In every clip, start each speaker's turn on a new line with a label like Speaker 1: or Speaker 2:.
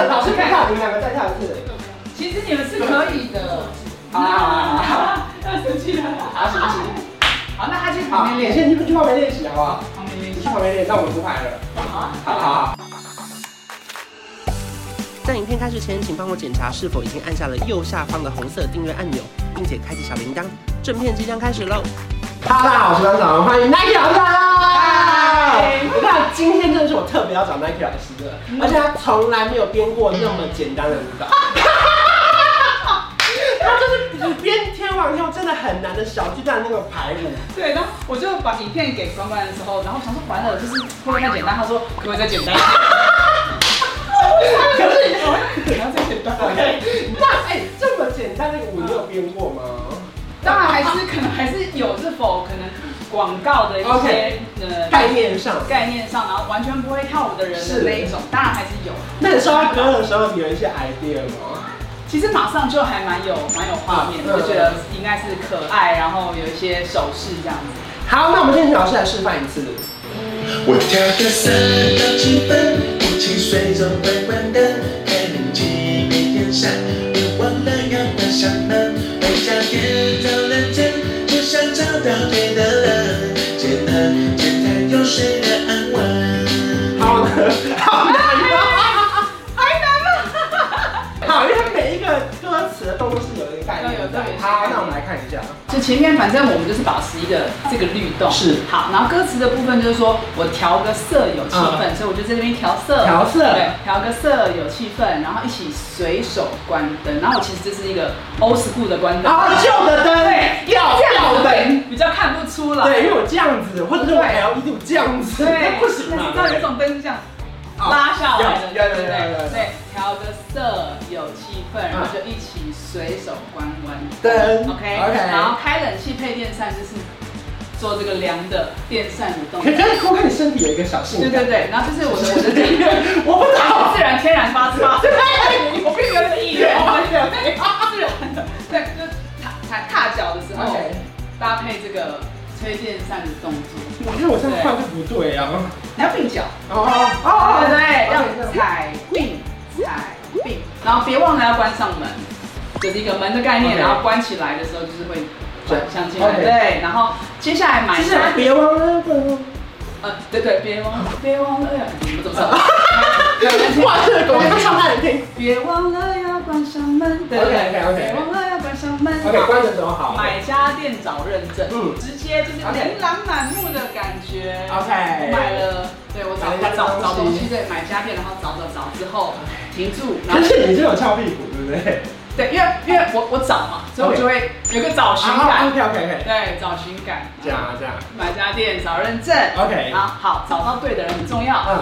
Speaker 1: 你们两个再跳一次。
Speaker 2: 其实你们是可以的。
Speaker 1: 好好好好
Speaker 2: 啊，要生气了。
Speaker 1: 好，行行。
Speaker 2: 好，那他去
Speaker 1: 好
Speaker 2: 旁，边
Speaker 1: 你
Speaker 2: 练，
Speaker 1: 先去去旁边练习好不好？
Speaker 2: 旁边练
Speaker 1: 你去。旁边练，那我们不排了。
Speaker 2: 好啊。
Speaker 1: 好好好。在影片开始前，请帮我检查是否已经按下了右下方的红色订阅按钮，并且开启小铃铛。正片即将开始喽！哈喽，大家好，我是班长，欢迎 Nike 老师
Speaker 2: 嗨
Speaker 1: 来了。那今天真的是我特别要找 Nike 老师的，而且他从来没有编过 那么简单的舞蹈。他就是编天王用真的很难的小巨蛋那个排舞，
Speaker 2: 对，然后我就把影片给关关的时候，然后想说完了，就是会不会太简单？他说可不可以再简单一点？
Speaker 1: 可是
Speaker 2: 可能再简单。
Speaker 1: OK，那哎、这么简单的舞你有编过吗？
Speaker 2: 当然还是可能还是有是否可能广告的一些
Speaker 1: OK
Speaker 2: 呃
Speaker 1: 概念上，
Speaker 2: 概念上，然后完全不会跳舞的人的
Speaker 1: 是
Speaker 2: 那一种，当然还是有。
Speaker 1: 那你刷歌的时候你有一些 idea 吗？
Speaker 2: 其实马上就还蛮有蛮有画面的，
Speaker 1: 嗯
Speaker 2: 就觉得应该是可爱，然后有一些手势这样子。
Speaker 1: 好，那我们先请老师来示范一次。
Speaker 3: 我跳个三到七分，不情随着会关灯，开冷气没电扇，别忘了要关上门。回家天早认真，就想找到对的人，简单简单又睡得安稳。
Speaker 1: 好的，好的，
Speaker 2: 太难了！
Speaker 1: 好，因为它每一个歌词的动作是有一个概念
Speaker 2: 有有
Speaker 1: 的
Speaker 2: 有有。
Speaker 1: 好，那我们来看一下。
Speaker 2: 就前面反正我们就是保持一个这个律动
Speaker 1: 是
Speaker 2: 好，然后歌词的部分就是说我调个色有气氛，所以我就在那边调色，
Speaker 1: 嗯调色
Speaker 2: 对，调个色有气氛，然后一起随手关灯，然后我其实这是一个 old school 的关灯，
Speaker 1: 好，旧的灯，要要灯。
Speaker 2: 比较看不出来，
Speaker 1: 对，因为我这样子，或者是我 L E D 这样子，
Speaker 2: 对，
Speaker 1: 那不行
Speaker 2: 但
Speaker 1: 啊
Speaker 2: 是。它有一种灯是这样哦拉下来的，
Speaker 1: 有有有
Speaker 2: 对不
Speaker 1: 有有有
Speaker 2: 对？对，调个色有气氛，然后就一起随手关关
Speaker 1: 灯
Speaker 2: ，OK
Speaker 1: OK
Speaker 2: 然后开冷气配电扇就是做这个凉的电扇的动
Speaker 1: 可
Speaker 2: 作，
Speaker 1: 是我看你身体有一个小性
Speaker 2: 对
Speaker 1: 感。
Speaker 2: 对对，然后就是我的我的这个
Speaker 1: 我不懂。
Speaker 2: 自然天然发出 发，我并没有是艺人，
Speaker 1: 对
Speaker 2: 自然的，对，就踏踏踏脚的时候
Speaker 1: OK，
Speaker 2: 搭配这个吹电扇的动作，
Speaker 1: 我看我这样画就不对啊。
Speaker 2: 你要并脚。
Speaker 1: 哦哦
Speaker 2: 对对对，
Speaker 1: 哦
Speaker 2: 让踩并踩并，然后别忘了要关上门，就是一个门的概念，
Speaker 1: OK
Speaker 2: 然后关起来的时候就是会转向进来，
Speaker 1: OK
Speaker 2: 对，然后接下来买
Speaker 1: 其实
Speaker 2: 单，
Speaker 1: 别忘了关灯。
Speaker 2: 呃，对对，别忘了别忘了，你们怎么唱？
Speaker 1: 哇，这个狗会唱给你听。
Speaker 2: 别忘了要关上门，对对对，
Speaker 1: OK，OK，OK
Speaker 2: 别忘了要关上门。
Speaker 1: OK，关的时候好。
Speaker 2: 买家电找认证，
Speaker 1: 嗯
Speaker 2: 直接就是
Speaker 1: OK
Speaker 2: 琳琅满目的感觉。
Speaker 1: OK
Speaker 2: 我买了，对我找
Speaker 1: 买了一大堆
Speaker 2: 找找东
Speaker 1: 东
Speaker 2: 西，
Speaker 1: 西
Speaker 2: 对，买家电，然后找找找之后停 住，然
Speaker 1: 可
Speaker 2: 后
Speaker 1: 是你是有翘屁股，对不对？
Speaker 2: 对，因为因为我我找嘛，所以我
Speaker 1: OK 啊
Speaker 2: 就会有个找寻感，
Speaker 1: OK OK OK，
Speaker 2: 对，找寻感，
Speaker 1: 这样啊这样啊
Speaker 2: 买家电找认证。
Speaker 1: OK，
Speaker 2: 啊，好，找到对的人很重要。
Speaker 1: 嗯，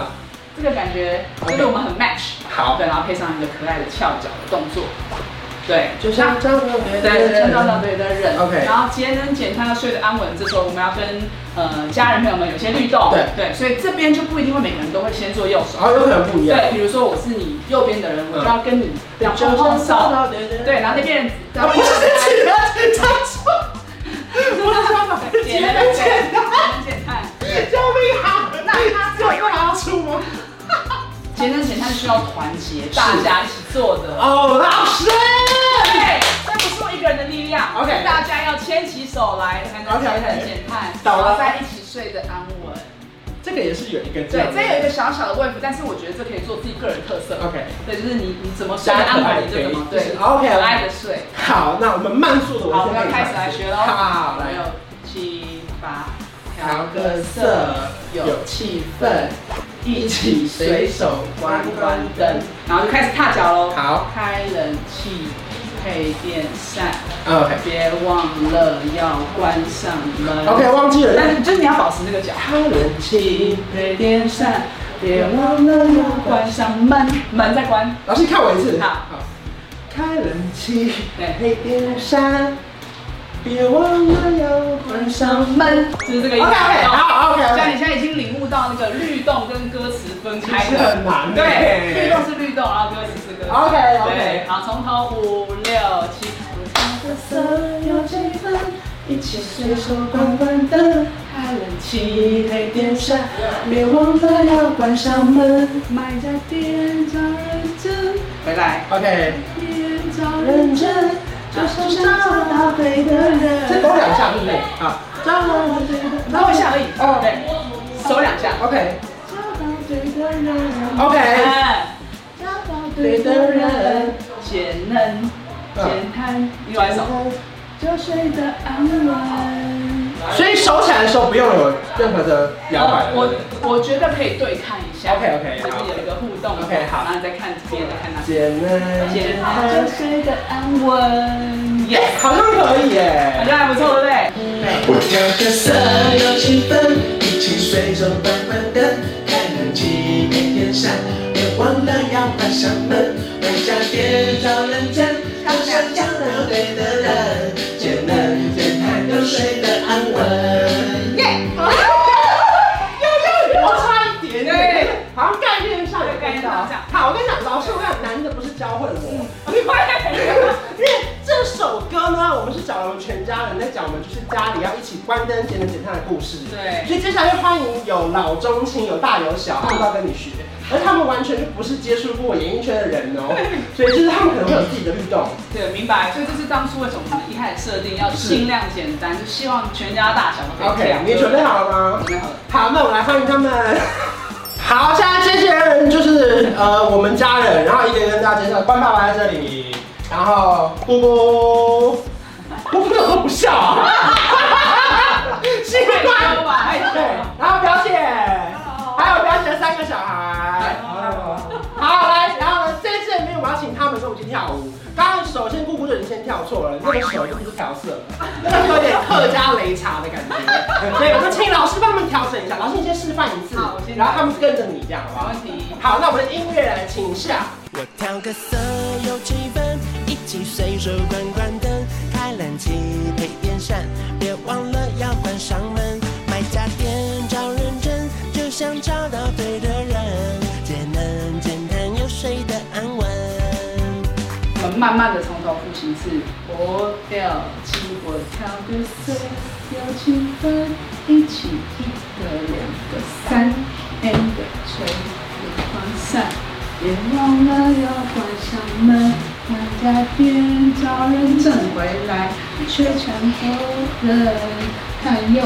Speaker 2: 这个感觉就是我们很 match。
Speaker 1: 好
Speaker 2: 对，然后配上一个可爱的翘脚的动作，对，
Speaker 1: 就像这样子，
Speaker 2: 对对，找到对的人。
Speaker 1: OK
Speaker 2: 然后节能减碳，睡得安稳。这时候我们要跟呃家人朋友们有些律动。
Speaker 1: 对
Speaker 2: 对，所以这边就不一定会每个人都会先做右手。
Speaker 1: 然后有可能不一样。
Speaker 2: 对，比如说我是你右边的人，我就要跟你这样
Speaker 1: 就
Speaker 2: 碰碰手。
Speaker 1: 对
Speaker 2: 对，然后那边人
Speaker 1: 啊，不是起了，他说
Speaker 2: 不是说法，简单
Speaker 1: 简单
Speaker 2: 简单，
Speaker 1: 救命啊！
Speaker 2: 那他
Speaker 1: 这个好出吗？
Speaker 2: 简单简单需要团结，大家一起做的。
Speaker 1: 哦，老师。
Speaker 2: 对，这不是我一个人的力量
Speaker 1: OK
Speaker 2: 大家要牵起手来才能
Speaker 1: OK，OK
Speaker 2: 节能减碳，然
Speaker 1: 懂了
Speaker 2: 后再一起睡得安稳。
Speaker 1: 这个也是有一个
Speaker 2: 对，这有一个小小的 wave，但是我觉得这可以做自己个人特色。
Speaker 1: OK，
Speaker 2: 对，就是你你怎么睡得安稳，你就怎么
Speaker 1: 大家可以就
Speaker 2: 对
Speaker 1: 是 OK，OK
Speaker 2: 可爱的睡。
Speaker 1: 好，那我们慢速的，
Speaker 2: 好，我们要开始来学喽。
Speaker 1: 好，来。
Speaker 2: 六七八，
Speaker 1: 调个色，有气氛，一起随手关关灯。，
Speaker 2: 然后就开始踏脚喽。
Speaker 1: 好
Speaker 2: 开冷气，配电扇，
Speaker 1: ，OK，OK，、
Speaker 2: 别忘了要关上门。
Speaker 1: 忘记了。
Speaker 2: 但是就是你要保持那个脚。
Speaker 1: 开冷气，
Speaker 2: 配电扇，别忘了要关上门，门再关。
Speaker 1: 老师看我一次。
Speaker 2: 好
Speaker 1: 开冷气，
Speaker 2: 对
Speaker 1: 配电扇，别忘了要关上门。
Speaker 2: 就是这个
Speaker 1: OK
Speaker 2: 意思。
Speaker 1: OK，好，OK
Speaker 2: 像你
Speaker 1: OK。
Speaker 2: 现在已经领悟到那个律动跟歌词分开
Speaker 1: 其实
Speaker 2: 的
Speaker 1: 很难
Speaker 2: 对，
Speaker 1: 耶
Speaker 2: 律动是律动，然后歌词是歌词。
Speaker 1: OK
Speaker 2: 对
Speaker 1: OK。
Speaker 2: 好，从头五六七。
Speaker 1: 一起随手关关灯，开冷气，配电扇，别忘了要关上门。
Speaker 2: 买家电找认真，
Speaker 1: 回
Speaker 2: 回来。
Speaker 1: OK，
Speaker 2: 别找
Speaker 1: 认真就是找到对的人。再多两下，对不对？啊，找到对的人
Speaker 2: 摸一下而已。
Speaker 1: 哦
Speaker 2: 对，手两下。
Speaker 1: OK
Speaker 3: 找到对的人，
Speaker 1: OK，
Speaker 2: 哎，
Speaker 3: 找到
Speaker 1: 对的人，
Speaker 2: 简能
Speaker 1: 嗯
Speaker 2: 简单，另外一首。就睡得安稳。
Speaker 1: 所以手起来的时候不用有任何的摇摆。对不对
Speaker 2: 我哦我觉得可以对看一下。
Speaker 1: OK，OK，
Speaker 2: 这边有一个互动。
Speaker 1: OK，好
Speaker 2: 然后你再看这边，再看那边。
Speaker 1: 简单，
Speaker 2: 简单就睡得安稳。Yes，
Speaker 1: 好像可以
Speaker 2: 好
Speaker 1: 耶。
Speaker 2: 像还不错，对不对？
Speaker 3: 我调个色调气氛，一起随手关关灯，开冷气别天闪，别忘了要关上门，回家别找认真，要想找到对的人，简单简单又睡得安稳。
Speaker 1: 我差一点
Speaker 2: 对
Speaker 1: 点，好像概念上有
Speaker 2: 概念上这样
Speaker 1: 好，我跟你讲，老师，我跟你讲，难的不是教会我，
Speaker 2: 你会。
Speaker 1: 因为这首歌呢，我们是找了我们全家人在讲，我们就是家里要一起关灯节能减碳的故事。
Speaker 2: 对
Speaker 1: 所以接下来就欢迎有老中青，有大有小，他们都要跟你学，而他们完全就不是接触过演艺圈的人哦，所以就是他们可能会有自己的律动。
Speaker 2: 对，明白。所以这是当初为什么我们一开始设定要尽量简单，就希望全家大小都可以这
Speaker 1: OK，
Speaker 2: 样。
Speaker 1: 你准备好了吗？
Speaker 2: 准备好了。
Speaker 1: 好，那我们来欢迎他们。 好，现在这些人就是呃我们家人，然后一个一个跟大家介绍，关爸爸在这里，然后姑姑，姑姑怎么都不笑 啊？奇
Speaker 2: 害羞
Speaker 1: 怪，
Speaker 2: 吧，害羞
Speaker 1: 对，然后表姐，还有表姐的三个小孩，好来，然后呢这次里面我要请他们跟我们去跳舞。刚刚首先姑姑就已经先跳错了，那个手就不是调色了，那个有点客家擂茶的感 觉。对，我们请老师帮他们调整一下，老师你先示范一次，
Speaker 2: 好我先
Speaker 1: 然后他们跟着你这样好不好
Speaker 2: 没问？题。
Speaker 1: 好，那我们的音乐来请下。
Speaker 4: 我调个色有气氛，一起随手关关灯，开冷气配电扇，别忘了要关上门。买家电找认真，就像找到对的人，简单简单又睡得安稳。
Speaker 2: 我们慢慢的从头复习一次。我调起，我调个色，调气氛，一起一个两个 三，and 吹不放散，别忘了要关上门，大家别找人正回来，却全部人看右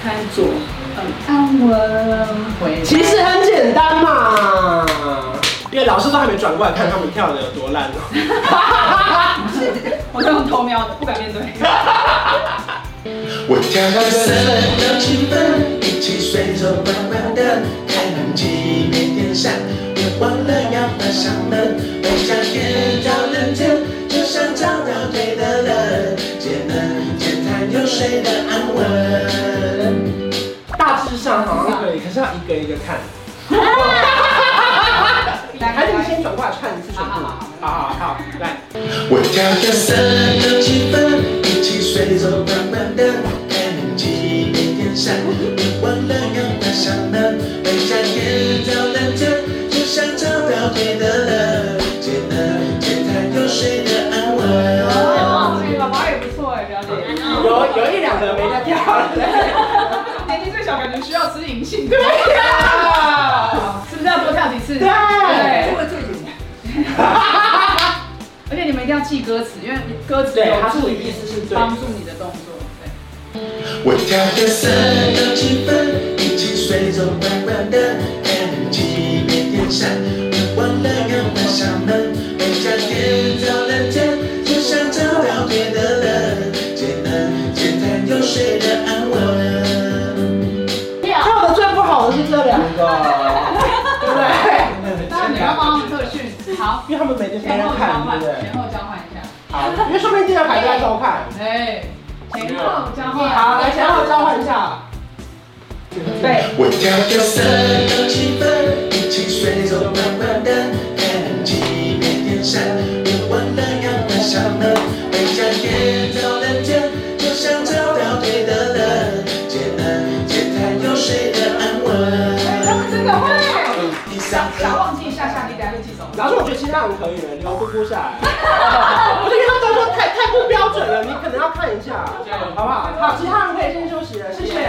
Speaker 2: 看左，很安稳回来。
Speaker 1: 其实很简单嘛，因为老师都还没转过来看他们跳的有多烂哦。
Speaker 2: 我都用偷瞄的，不敢面对。
Speaker 3: 我调到色调气氛，一起随手关关灯，开冷气别电扇，别忘了要关上门。回家别找人间，就像找到对的人，简单简单又睡得安稳。
Speaker 1: 大致上好像可以，可是要一个一个 看。还是你先转过来看一次全部。
Speaker 2: 好好
Speaker 1: 好好好，来。
Speaker 3: 我调个色调气氛，一起随手关关灯，开冷气别电扇，别忘了要关上门。回家别找人间，就像找到对的人，简单简单又睡得安稳。
Speaker 2: 哦，这个宝宝也不错哎，表姐。
Speaker 1: 有有一两个没在跳 了。
Speaker 2: 年纪最小感觉需要吃银杏，对呀，是不是要多跳几次？
Speaker 1: 对
Speaker 2: 对，这个最简单。而且你们一定要记歌词，因为歌词
Speaker 1: 对
Speaker 2: 有
Speaker 1: 它是
Speaker 2: 助
Speaker 1: 意
Speaker 2: 于
Speaker 1: 思是对的
Speaker 2: 帮助你的动作。对，
Speaker 3: 我调个色调气氛，一起随手关关灯，开冷气别电扇，别忘了要关上门。回家天早人间，就像找到对的人，简单简单又睡得安稳。
Speaker 1: 跳的最不好的是这两个，对不对？
Speaker 2: 那你要帮他们特训。好，
Speaker 1: 因为他们没没
Speaker 2: 前
Speaker 1: 人
Speaker 2: 后
Speaker 1: 看
Speaker 2: 交，
Speaker 1: 对
Speaker 2: 换，
Speaker 1: 不对
Speaker 2: 前？后交换一下。
Speaker 1: 好，因为说明第二排在偷看。
Speaker 2: 哎，前后交换。
Speaker 1: 好，来前后交换一下。
Speaker 2: 对。
Speaker 3: 我调个色调气氛，一起随手关关灯，开冷气别电扇，别忘了要关上门。回家天早人间，就像找到对的人，简单简单又睡得安
Speaker 2: 他
Speaker 3: 稳。
Speaker 2: 们真的会。
Speaker 3: 第
Speaker 2: 小
Speaker 3: 三
Speaker 2: 小
Speaker 3: 个。
Speaker 2: 忘记一下下，你等下就记熟。
Speaker 1: 老师，我觉得其实他很可以了，留姑姑下 来。不是因为他动作太太不标准了，你可能要看一下，好不好？好，其他人可以先休息了，谢谢。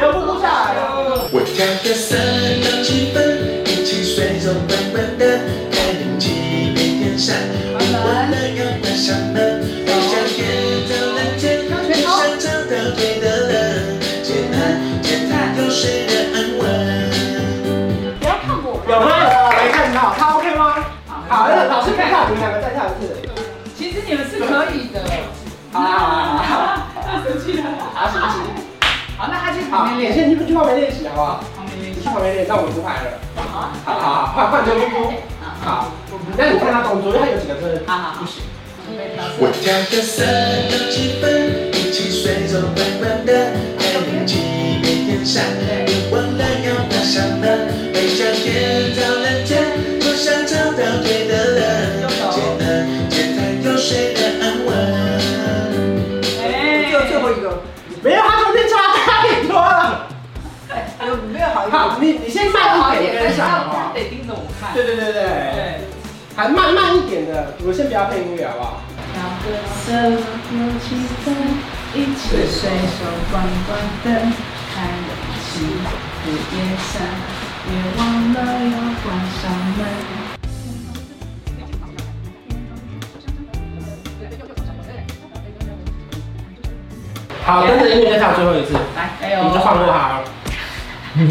Speaker 1: 留姑姑下来。
Speaker 3: 我调个三到七分，一起随手关关灯，
Speaker 2: 旁
Speaker 1: 你
Speaker 2: 边，
Speaker 1: 先去去旁边练习好不好？
Speaker 2: 旁边那
Speaker 1: 你去
Speaker 2: 个
Speaker 1: 旁边练，那我们不排了。
Speaker 2: 好啊，
Speaker 1: 好好好，换换成姑姑。好，那你看他动作，因为他有几个是
Speaker 2: 好好，
Speaker 3: 我调个色调气氛，一起随着滚滚的爱情起变天下，别忘了要打响了，每家店找人家，我想找到对的人，简单简单又睡得安稳。
Speaker 2: 哎，
Speaker 5: 就最后一个，
Speaker 1: 没有，他中间差太多了。
Speaker 5: 哎，有没有好一
Speaker 1: 好，
Speaker 5: 点？
Speaker 1: 你你先慢
Speaker 2: 好
Speaker 1: 一
Speaker 2: 一
Speaker 1: 点
Speaker 2: 点，
Speaker 1: 跟
Speaker 2: 但是
Speaker 1: 上好不
Speaker 2: 他
Speaker 1: 好？
Speaker 2: 得盯着我看。
Speaker 1: 对对对对，
Speaker 2: 对。
Speaker 1: 还慢慢一点的，我们先不要配音乐好不好？
Speaker 2: 调个色，调气氛，一起随手关关灯，开冷气，不夜山，别忘了要关上门。
Speaker 1: 好，跟着音乐再跳最后一次，
Speaker 2: 来，哎
Speaker 1: 我们就换过他了。
Speaker 2: 准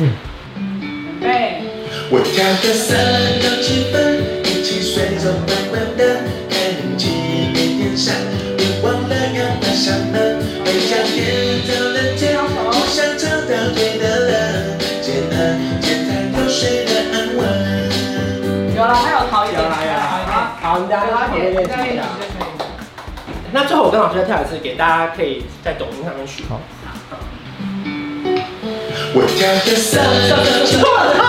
Speaker 2: 备，
Speaker 3: 我调个色调气氛，一起随着滚滚的爱情变天下，别忘了要打响了，每家店找人家。我想找到对的人，简单简单又睡得安稳。
Speaker 2: 有了，还有好一
Speaker 1: 有
Speaker 2: 点，
Speaker 1: 啦有啦，好，你大家旁边
Speaker 2: 有
Speaker 1: 练
Speaker 2: 一点，再
Speaker 1: 习一
Speaker 2: 一
Speaker 1: 下
Speaker 2: 点。就可以了。
Speaker 1: 那最后我跟老师再跳一次，给大家可以在抖音上面学。好。
Speaker 3: 我调个色调气氛，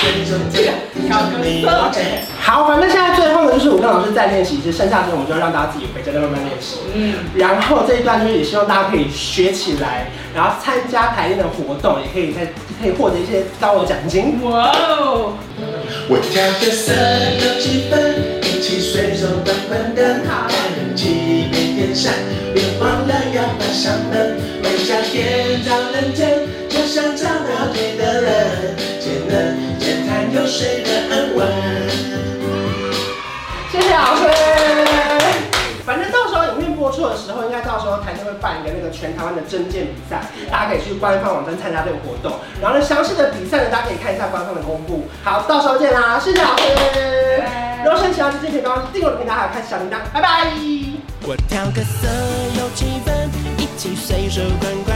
Speaker 3: 随着你我在。
Speaker 1: 好，反正现在最后呢，就是我跟老师再练习一次，剩下的我们就让大家自己回家再慢慢练习。
Speaker 2: 嗯，
Speaker 1: 然后这一段就是也希望大家可以学起来，然后参加排练的活动，也可以在可以获得一些高额奖金。
Speaker 2: 哇哦，
Speaker 3: 我调个色调气氛，一起随手关关灯，开冷气没电扇，别忘了要关上门。每家店找人间，就像找到对的人，简单简单又睡得安稳。
Speaker 1: 谢谢老师。反正到时候影片播出的时候，应该到时候台上会办一个那个全台湾的真剑比赛，大家可以去官方网站参加这个活动。然后呢，详细的比赛呢，大家可以看一下官方的公布。好，到时候见啦，谢谢老师。如果喜欢其他之前可以帮我订阅我的频道，还有开启小铃铛，拜拜。
Speaker 4: 我调个色有气氛，一起随手关关。